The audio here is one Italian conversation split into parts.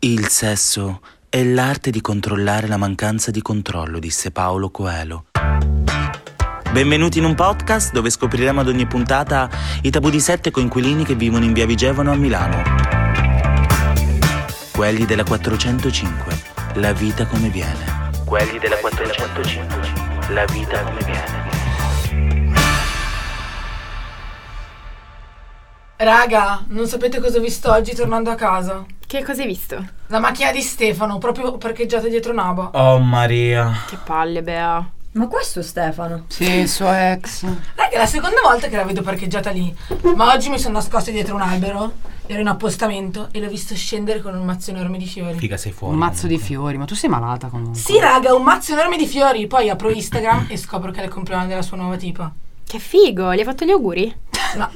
Il sesso è l'arte di controllare la mancanza di controllo, disse Paolo Coelho. Benvenuti in un podcast dove scopriremo ad ogni puntata i tabù di sette coinquilini che vivono in via Vigevano a Milano. Quelli della 405, la vita come viene. Quelli della 405, la vita come viene. Raga, non sapete cosa ho visto oggi tornando a casa? Che cosa hai visto? La macchina di Stefano, proprio parcheggiata dietro Naba. Oh Maria. Che palle, Bea. Ma questo è Stefano. Sì, il suo ex. Raga, è la seconda volta che la vedo parcheggiata lì. Ma oggi mi sono nascosta dietro un albero, ero in appostamento e l'ho visto scendere con un mazzo enorme di fiori. Figa sei fuori. Un mazzo di fiori, ma tu sei malata comunque. Sì, raga, un mazzo enorme di fiori. Poi apro Instagram e scopro che è il compleanno della sua nuova tipa. Che figo, gli hai fatto gli auguri? No.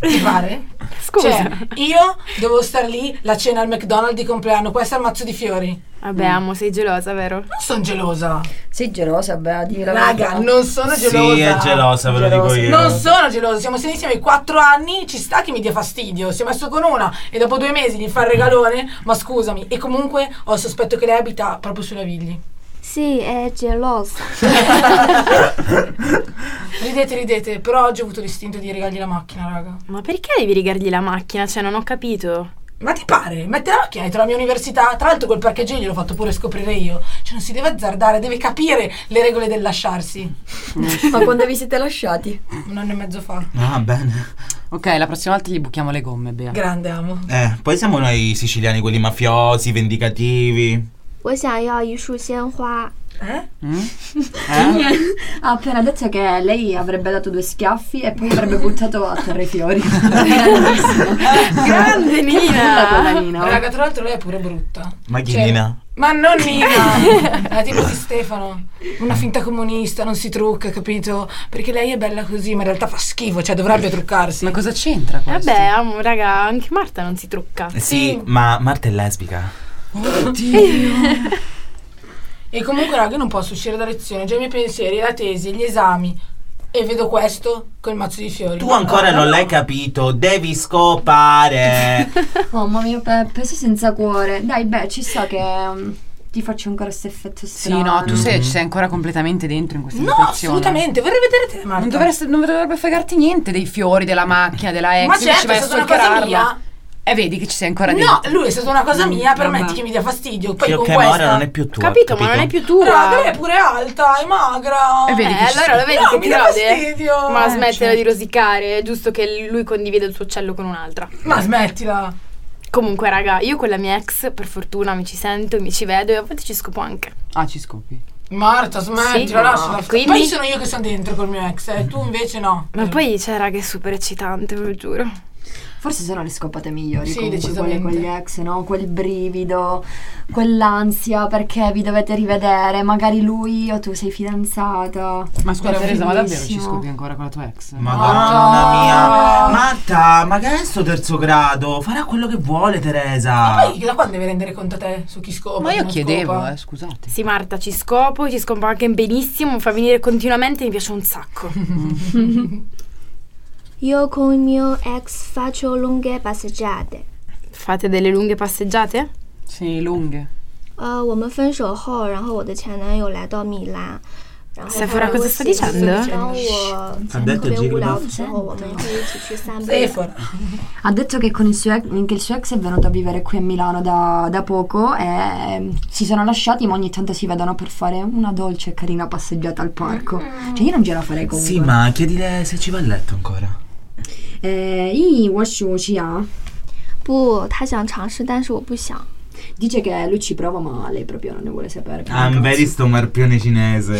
Ti pare? Scusa. Cioè, io devo star lì la cena al McDonald's di compleanno, questo è il mazzo di fiori. Non Vabbè, amo, sei gelosa, vero? sono gelosa. Sei gelosa, Bea, di la Raga, verità. non sono Sì, gelosa. è gelosa, ve lo dico Gelosa. io. Non sono gelosa, siamo stati insieme 4 anni, ci sta che mi dia fastidio. Si è messo con una e dopo due mesi gli fa il regalone, ma scusami. E comunque ho il sospetto che lei abita proprio sulla Vigli. Sì, è gelosa. Ridete, ridete, però oggi ho avuto l'istinto di regalargli la macchina, raga. Ma perché devi rigargli la macchina? Cioè, non ho capito. Ma ti pare? Mette la macchina dietro la mia università. Tra l'altro quel parcheggio gliel'ho fatto pure scoprire io. Cioè non si deve azzardare, deve capire le regole del lasciarsi. Ma quando vi siete lasciati? Un anno e mezzo fa. Ah, bene. Ok, la prossima volta gli buchiamo le gomme, Bea. Grande amo. Eh, poi siamo noi siciliani, quelli mafiosi, vendicativi. 我想要一束鲜花。 Eh? Eh? Ha appena detto che lei avrebbe dato due schiaffi e poi avrebbe buttato a terra i fiori. Grande Ah. Bella quella Nina! Nina. Raga, tra l'altro lei è pure brutta. Ma chi Cioè- Nina? Ma non Nina, la tipo di Stefano, una finta comunista, non si trucca, capito? Perché lei è bella così, ma in realtà fa schifo, cioè dovrebbe truccarsi. Ma cosa Eh c'entra questo? Vabbè, amo, raga, anche Marta non si trucca. Eh sì, ma Marta è lesbica. E comunque, raga, io non posso uscire da lezione, ho già i miei pensieri, la tesi, gli esami. E vedo questo col mazzo di fiori. Tu ancora non l'hai capito, devi scopare. Oh, Mamma mia, Peppe, sei senza cuore. Dai, beh, ci sta che um, ti faccio ancora questo effetto strano. Sì, no, tu sei, ci sei ancora completamente dentro in questa No, situazione. assolutamente, vorrei vedere te, Marta. Non, dovreste- non dovrebbe fregarti niente dei fiori, della macchina, della ex. Ma invece certo, vai è a stata una cosa stalkerarla. mia. Eh, vedi che ci sei ancora dentro. No, lui è stata una cosa mia, permetti vabbè. che mi dia fastidio. Poi Che con ok, ma questa... ora non è più tua. Capito, ma non è più tua. Raga, lei è pure alta, è magra. E Eh, vedi che ci allora lo vedi No, che mi ti dà gode? fastidio. Ma Eh, smettila cioè. di rosicare, è giusto che lui condivida il suo uccello con un'altra. Ma smettila. Comunque, raga, io con la mia ex, per fortuna, mi ci sento, mi ci vedo e a volte ci scopo anche. Ah, ci scopi. Marta, smetti, Sì, la no. lascia. la- Quindi- Poi sono io che sono dentro col mio ex, eh, tu invece no. Ma poi, cioè, raga, è super eccitante, ve lo giuro. Forse sono le scopate migliori. Sì, comunque, decisamente. Quelle con gli ex, no? Quel brivido, quell'ansia perché vi dovete rivedere. Magari lui o tu sei fidanzata. Ma scusa, Era Teresa, ma davvero ci bellissimo. scopi ancora con la tua ex? Madonna No. mia. Marta, ma che è sto terzo grado? Farà quello che vuole, Ma Teresa. poi da quando devi rendere conto a te su chi scopa? Ma chi io non chiedevo, scopa? eh, scusate. Sì, Marta, ci scopo, ci scopo anche benissimo, mi fa venire continuamente, mi piace un sacco. Io con il mio ex faccio lunghe passeggiate. Fate delle lunghe passeggiate? Sì, lunghe. 呃，我们分手后，然后我的前男友来到米兰。然后 Stai 他 fuori 来 cosa 我 sta 寝室 dicendo？然后我他在特别等这个无聊吧的时候，我们会一起去散步。 Stefano. Ha detto che, con il suo ex, che il suo ex è venuto a vivere qui a Milano da, da poco e ehm, si sono lasciati ma ogni tanto si vedono per fare una dolce e carina passeggiata al parco. Cioè io non ce la farei comunque. Sì, ma chiedile se ci va a letto ancora. Eh, i ah, Washu ci ha. 不，他想尝试，但是我不想。 Dice che lui ci prova ma lei proprio non ne vuole sapere. per un I'm very Ah, cazzo. sto marpione cinese.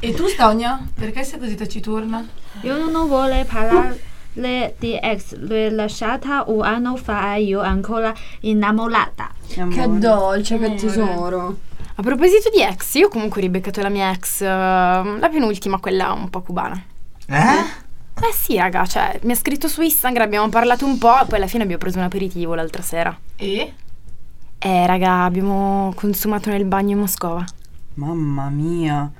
E tu, Stonia? Perché sei così taciturna? Eu não vou parar le di ex le lasciata un anno fa e io ancora innamorata. Che dolce, che tesoro. A proposito di ex, io comunque ho ribeccato la mia ex, eh, la penultima, quella un po' cubana. Eh? Eh sì, raga, cioè, mi ha scritto su Instagram, abbiamo parlato un po' e poi alla fine abbiamo preso un aperitivo l'altra sera. E? Eh, raga, abbiamo consumato nel bagno in Moscova. Mamma mia.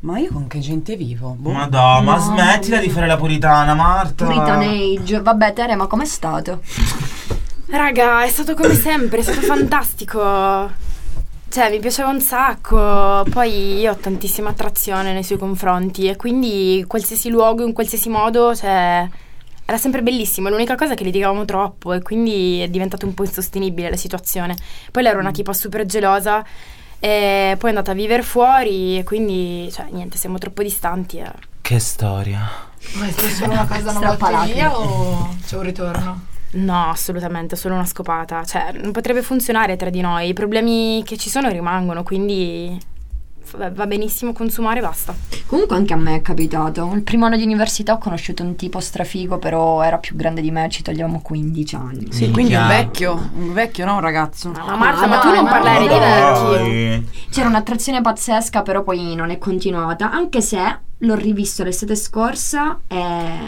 Ma io con che gente vivo? Boh. Madonna, ma smettila di fare la puritana, Marta. Puritan Age. Vabbè, Tere, ma com'è stato? Raga, è stato come sempre, è stato fantastico. Cioè, mi piaceva un sacco. Poi io ho tantissima attrazione nei suoi confronti e quindi qualsiasi luogo, in qualsiasi modo, cioè era sempre bellissimo. L'unica cosa è che litigavamo troppo e quindi è diventata un po' insostenibile la situazione. Poi lei era una tipa super gelosa e poi è andata a vivere fuori e quindi, cioè, niente, siamo troppo distanti. e- Che storia. Ma è solo una cosa non volta Strappalacrime. via o c'è un ritorno? No, assolutamente, solo una scopata. Cioè, non potrebbe funzionare tra di noi. I problemi che ci sono rimangono, quindi f- va- va benissimo consumare e basta. Comunque anche a me è capitato. Il primo anno di università ho conosciuto un tipo strafigo, però era più grande di me, ci toglievamo 15 anni. Sì, quindi un vecchio, un vecchio, no, un ragazzo. Ma Marta, ma no, tu non no, parlare di vecchi. C'era un'attrazione pazzesca, però poi non è continuata, anche se l'ho rivisto l'estate scorsa e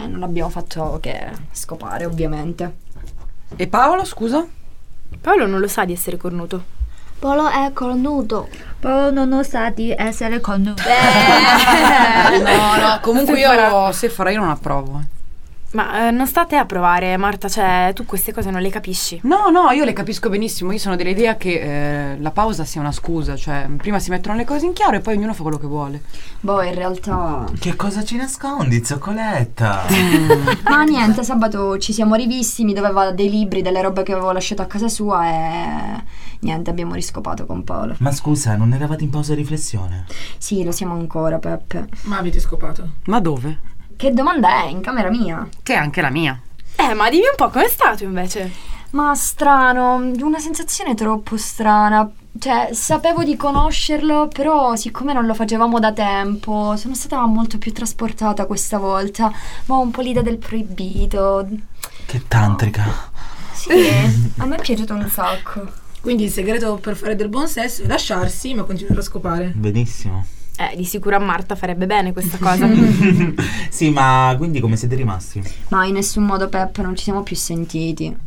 non abbiamo fatto che scopare, ovviamente. E Paolo, scusa? Paolo non lo sa di essere cornuto. Paolo è cornuto. Paolo non lo sa di essere con noi. Eh. no, no, comunque io se farò io non approvo. eh. Ma eh, non sta a te a provare, Marta, cioè tu queste cose non le capisci. No, no, io le capisco benissimo, io sono dell'idea che eh, la pausa sia una scusa, cioè prima si mettono le cose in chiaro e poi ognuno fa quello che vuole. Boh, in realtà... Che cosa ci nascondi, zoccoletta? Ma Ah, niente, sabato ci siamo rivisti, mi doveva dei libri, delle robe che avevo lasciato a casa sua e niente, abbiamo riscopato con Paolo. Ma scusa, non eravate in pausa riflessione? Sì, lo siamo ancora, Peppe. Ma avete scopato? Ma dove? Che domanda è? In camera mia? Che è anche la mia. Eh, ma dimmi un po' com'è stato invece. Ma strano, una sensazione troppo strana. Cioè, sapevo di conoscerlo, però siccome non lo facevamo da tempo, sono stata molto più trasportata questa volta. Ma ho un po' l'idea del proibito. Che tantrica. Sì, a me è piaciuto un sacco. Quindi il segreto per fare del buon sesso è lasciarsi ma continuare a scopare. Benissimo. Eh, di sicuro a Marta farebbe bene questa cosa. Eh, Sì, ma quindi come siete rimasti? Ma in nessun modo, Peppe, non ci siamo più sentiti.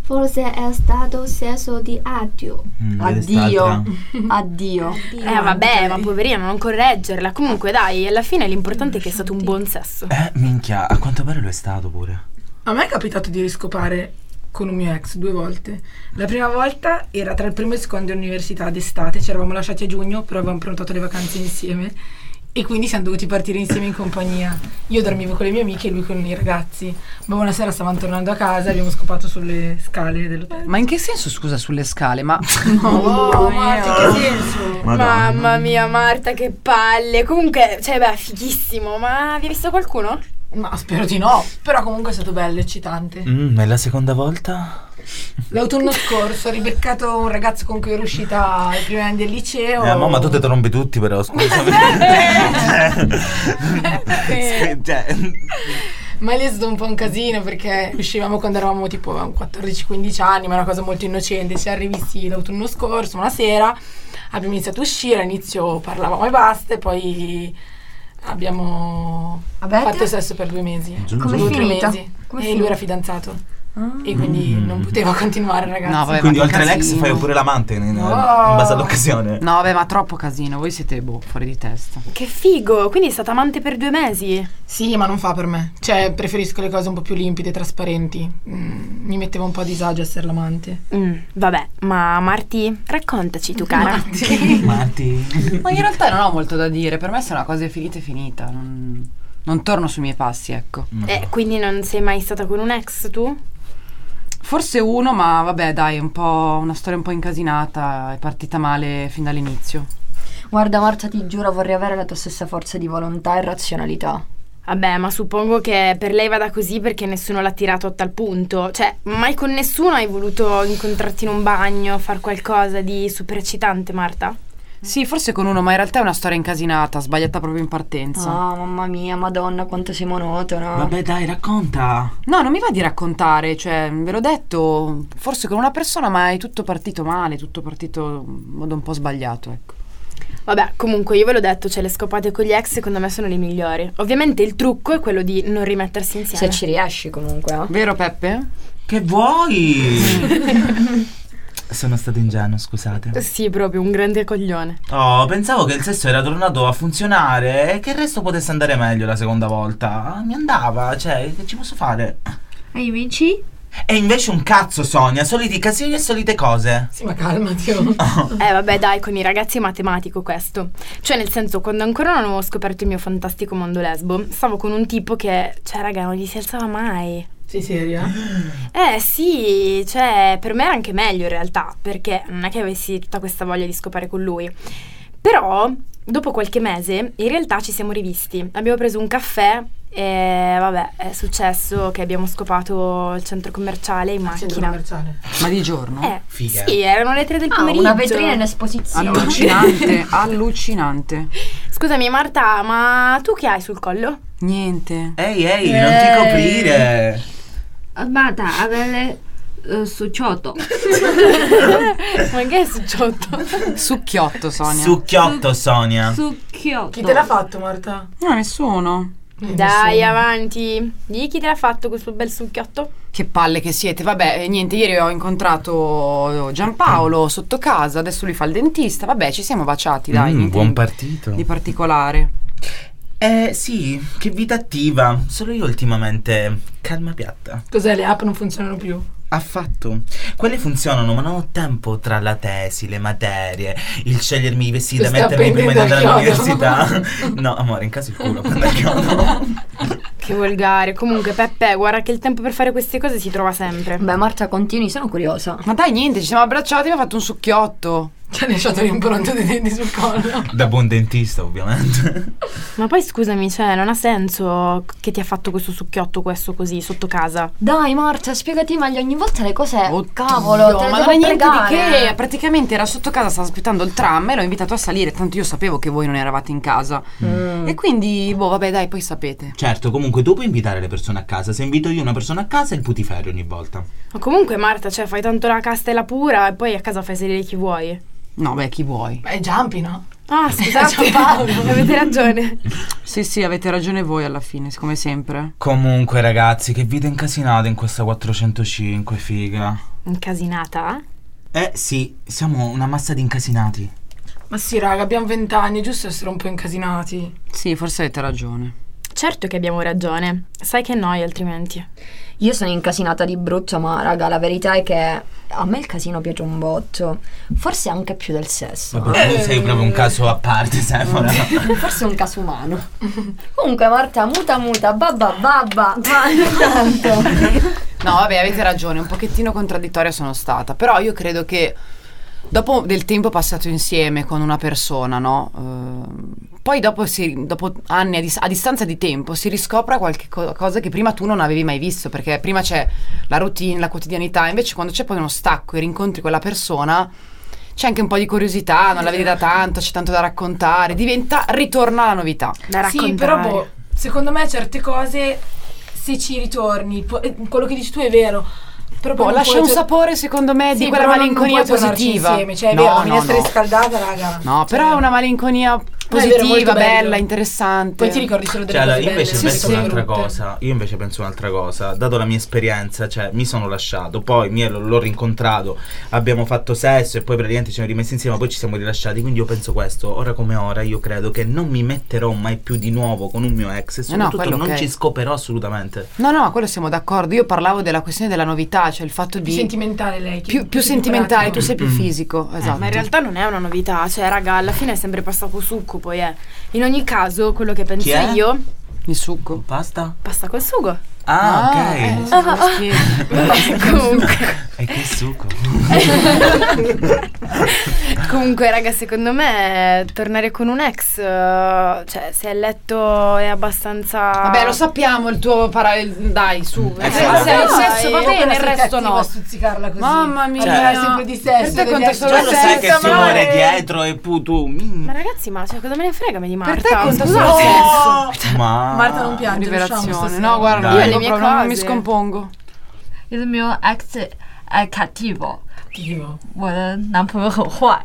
Forse è stato sesso di addio. Mm, vedi Addio. st'altra? Addio. eh, vabbè, ma poverina, non correggerla. Comunque, dai, alla fine l'importante è che è stato un buon sesso. Eh, minchia, a quanto pare lo è stato pure. A me è capitato di riscopare con un mio ex due volte. La prima volta era tra il primo e il secondo università d'estate, ci eravamo lasciati a giugno, però avevamo prenotato le vacanze insieme e quindi siamo dovuti partire insieme in compagnia. Io dormivo con le mie amiche e lui con i ragazzi. Ma una sera stavamo tornando a casa e abbiamo scopato sulle scale dell'hotel. Ma in che senso, scusa, sulle scale? Ma Oh, Marta, che senso? Mamma mia, Marta, che palle. Comunque, cioè, beh, fighissimo. Ma vi ha visto qualcuno? Ma spero di no, però comunque è stato bello, eccitante. Mm, e la seconda volta? L'autunno scorso ho ribeccato un ragazzo con cui ero uscita ai primi anni del liceo. Eh, mamma, tu te trombi tutti però, scusami. Eh, Sì, cioè, Ma lì è stato un po' un casino perché uscivamo quando eravamo tipo 14-15 anni, ma era una cosa molto innocente. Ci siamo rivisti l'autunno scorso, una sera, abbiamo iniziato a uscire, all'inizio parlavamo e basta, e poi abbiamo Avete? fatto sesso per due mesi. Giù, Come giù. Due o tre finita? mesi. Come e finita? lui era fidanzato. E quindi non poteva continuare, ragazzi. No, vabbè. Quindi ma che oltre l'ex casino. fai pure l'amante in, in Oh. base all'occasione. No, vabbè, ma troppo casino, voi siete boh, fuori di testa. Che figo. Quindi è stata amante per due mesi. Sì, ma non fa per me. Cioè, preferisco le cose un po' più limpide, trasparenti. Mm, mi metteva un po' a disagio essere l'amante. Mm, vabbè, ma Marti, raccontaci tu, cara. Marti. Ma in realtà non ho molto da dire, per me se una cosa è finita è finita, non, non torno sui miei passi, ecco. Eh, quindi non sei mai stata con un ex tu? Forse uno, ma vabbè dai, è un po' una storia un po' incasinata, è partita male fin dall'inizio. Guarda Marta, ti giuro, vorrei avere la tua stessa forza di volontà e razionalità. Vabbè, ma suppongo che per lei vada così perché nessuno l'ha tirato a tal punto. Cioè, mai con nessuno hai voluto incontrarti in un bagno, far qualcosa di super eccitante, Marta? Sì, forse con uno, ma in realtà è una storia incasinata, sbagliata proprio in partenza. Ah, mamma mia, madonna, quanto sei monotona. Vabbè dai, racconta. No, non mi va di raccontare, cioè, ve l'ho detto, forse con una persona, ma è tutto partito male, tutto partito in modo un po' sbagliato, ecco. Vabbè, comunque io ve l'ho detto, cioè le scopate con gli ex secondo me sono le migliori. Ovviamente il trucco è quello di non rimettersi Se insieme. ci riesci comunque, eh. Vero Peppe? Che vuoi? Sono stato ingenuo, scusate. Sì, proprio un grande coglione. Oh, pensavo che il sesso era tornato a funzionare e che il resto potesse andare meglio la seconda volta. Ah, Mi andava, cioè, che ci posso fare? E invece? E invece un cazzo, Sonia, soliti casini e solite cose. Sì, ma calmati. oh. Eh vabbè dai, con i ragazzi è matematico questo. Cioè nel senso, quando ancora non avevo scoperto il mio fantastico mondo lesbo, stavo con un tipo che, cioè raga, non gli si alzava mai. Sei seria? Eh sì, cioè per me era anche meglio in realtà, perché non è che avessi tutta questa voglia di scopare con lui. Però, dopo qualche mese, in realtà ci siamo rivisti. Abbiamo preso un caffè e vabbè, è successo che abbiamo scopato il centro commerciale in Centro macchina. commerciale. Ma di giorno? Eh, Figa. sì, erano le tre del Ah, pomeriggio. una vetrina in esposizione. Allucinante, allucinante. Scusami Marta, ma tu che hai sul collo? Niente. Ehi, ehi, non ti coprire. Amata, avere eh, succiotto. ma che è succiotto? Succhiotto, Sonia. Succhiotto, Sonia. Succhiotto. Chi te l'ha fatto, Marta? no, nessuno. Eh, Dai, nessuno. avanti. Di chi te l'ha fatto questo bel succhiotto? Che palle che siete. Vabbè, eh, niente, ieri ho incontrato eh, Mm. Giampaolo sotto casa, adesso lui fa il dentista. Vabbè, ci siamo baciati, dai. Mm, niente buon partito. Di particolare. Eh sì, che vita attiva. Solo io ultimamente. Calma piatta. Cos'è? Le app non funzionano più. Affatto. Quelle funzionano, ma non ho tempo tra la tesi, le materie, il scegliermi i vestiti da Tu stai mettermi prima di andare appendendo il all'università. No, amore, in caso il culo prende il chiodo. Che volgare. Comunque, Peppe, guarda che il tempo per fare queste cose si trova sempre. Beh, Marta, continui, sono curiosa. Ma dai, niente, ci siamo abbracciati e mi ha fatto un succhiotto. Ci ha lasciato l'impronta dei denti sul collo. Da buon dentista, ovviamente. Ma poi scusami, cioè, non ha senso che ti ha fatto questo succhiotto questo così sotto casa. Dai, Marta, spiegati meglio. Ogni volta le cose. Oddio, Eh, cavolo, te le ma devo non è niente pregare. di che. Praticamente era sotto casa, stava aspettando il tram e l'ho invitato a salire. Tanto io sapevo che voi non eravate in casa. Mm. E quindi, boh, vabbè, dai, poi sapete. Certo, comunque tu puoi invitare le persone a casa. Se invito io una persona a casa, il putiferio ogni volta. Ma comunque, Marta, cioè, fai tanto la casta e la pura e poi a casa fai salire chi vuoi. No, beh, chi vuoi? Ma è Giampi, no? Ah, scusate, avete ragione. Sì, sì, avete ragione voi alla fine, come sempre. Comunque, ragazzi, che vita incasinata in questa 405, figa. Incasinata? Eh sì, siamo una massa di incasinati. Ma sì, raga, abbiamo vent'anni, è giusto essere un po' incasinati. Sì, forse avete ragione. Certo che abbiamo ragione. Sai che noi, altrimenti. Io sono incasinata di brutto, ma raga, la verità è che a me il casino piace un botto. Forse anche più del sesso. Vabbè, tu sei proprio un caso a parte, Stefano. Forse è un caso umano. Comunque, Marta, muta muta, babba babba. Ma tanto. No, vabbè, avete ragione, un pochettino contraddittoria sono stata, però io credo che dopo del tempo passato insieme con una persona, no? Ehm, poi dopo, si- dopo anni a, dis- a distanza di tempo si riscopra qualche co- cosa che prima tu non avevi mai visto, perché prima c'è la routine, la quotidianità, invece quando c'è poi uno stacco e rincontri quella persona c'è anche un po' di curiosità, non la vedi da tanto, c'è tanto da raccontare, diventa ritorna la novità. Da raccontare. Sì, però boh, secondo me certe cose, se ci ritorni, po- eh, quello che dici tu è vero. Però poi Boh, non lascia puoi un tor- sapore secondo me Sì, di quella però non- non malinconia puoi tornarci positiva. Insieme, cioè, è No, vero, la no, minestra no. riscaldata, raga. No, però è una malinconia vero, positiva, molto bello. bella, interessante. Poi ti ricordi solo delle Cioè, allora, cose io invece belle, penso sì, un'altra brutte. cosa. Io invece penso un'altra cosa. Dato la mia esperienza, cioè, mi sono lasciato, poi mi ero- l'ho rincontrato, abbiamo fatto sesso e poi praticamente ci siamo rimessi insieme, poi ci siamo rilasciati. Quindi io penso questo, ora come ora, io credo che non mi metterò mai più di nuovo con un mio ex e Eh no, soprattutto quello non ok. ci scoperò assolutamente. No, no, quello siamo d'accordo. Io parlavo della questione della novità, cioè il fatto Più di sentimentale lei. che- più, più si sentimentale, tu pratico. sei più Mm. fisico, esatto. Ma in realtà non è una novità, cioè raga, alla fine è sempre passato succo poi è. In ogni caso, quello che penso Chi è? io, il succo. Basta? pasta col sugo. Ah, ok. eh, sì, lo schiena. comunque, E che succo. comunque, raga, secondo me tornare con un ex, eh, cioè se il letto è abbastanza... Vabbè, lo sappiamo il tuo para- il- dai, su. Eh, Eh, Cioè, sì, ma se dai. il sesso va Io bene, però il sei resto cattiva no. a stuzzicarla così. Mamma mia. Allora, sempre di sesso. Per te devi conta essere- solo Cioè, Già lo sai che sesso, si ma- muore dietro e pu tu. mm. Ma ragazzi, ma cioè, cosa me ne frega me di Marta? Per Ah, te conta Scusa. solo sesso. Ma Marta non piange, usciamo Rivelazione. stasera. No, guarda, Dai. non, Io ho le mie problemi, non cose. mi scompongo. 你的没有 X 哎 cattivo， Cattivo. 我的男朋友很坏。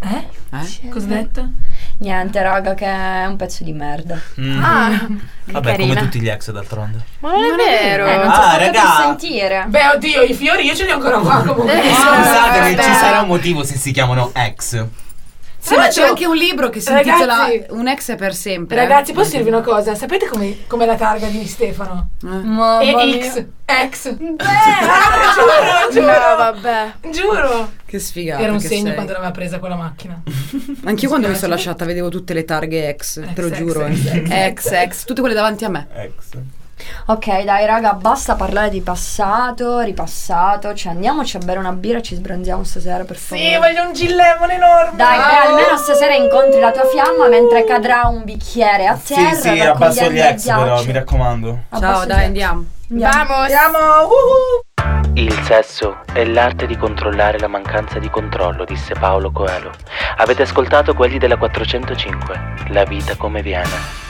Eh? Eh? Cosa ho detto? Niente, raga, che è un pezzo di merda. Mm. Ah, Vabbè, carina. come tutti gli ex d'altronde. ma non, è vero. Eh, non Ah, so cosa raga. per sentire. Beh, oddio, i Ah, fiori io ce li ho ancora qua comunque. Eh, Sì, sì. sì. Scusate, vabbè. ci sarà un motivo se si chiamano ex. Sì, Tra ma c'è l'altro, anche un libro che si ragazzi- intitola Un ex è per sempre. Ragazzi, posso dirvi una cosa? Sapete come- com'è la targa di Stefano? Mamma E mia. X. X. Ah, giuro, No, Eh, giuro. vabbè. Giuro. Che sfigata. Era un che segno sei. quando l'aveva presa quella macchina. Anch'io quando mi sono lasciata vedevo tutte le targhe ex, te lo ex, giuro. ex, ex, Ex, ex, tutte quelle davanti a me. Ex. Ok, dai, raga, basta parlare di passato, ripassato. Cioè, andiamoci a bere una birra e ci sbronziamo stasera, per favore. Sì, voglio un gillemon enorme. Dai, però almeno stasera incontri la tua fiamma mentre cadrà un bicchiere a terra. Sì, sì, abbasso gli ex però, mi raccomando. Ciao, dai, andiamo. Vamos. Siamo. uhuhu. Il sesso è l'arte di controllare la mancanza di controllo, disse Paolo Coelho. Avete ascoltato quelli della 405, La vita come viene.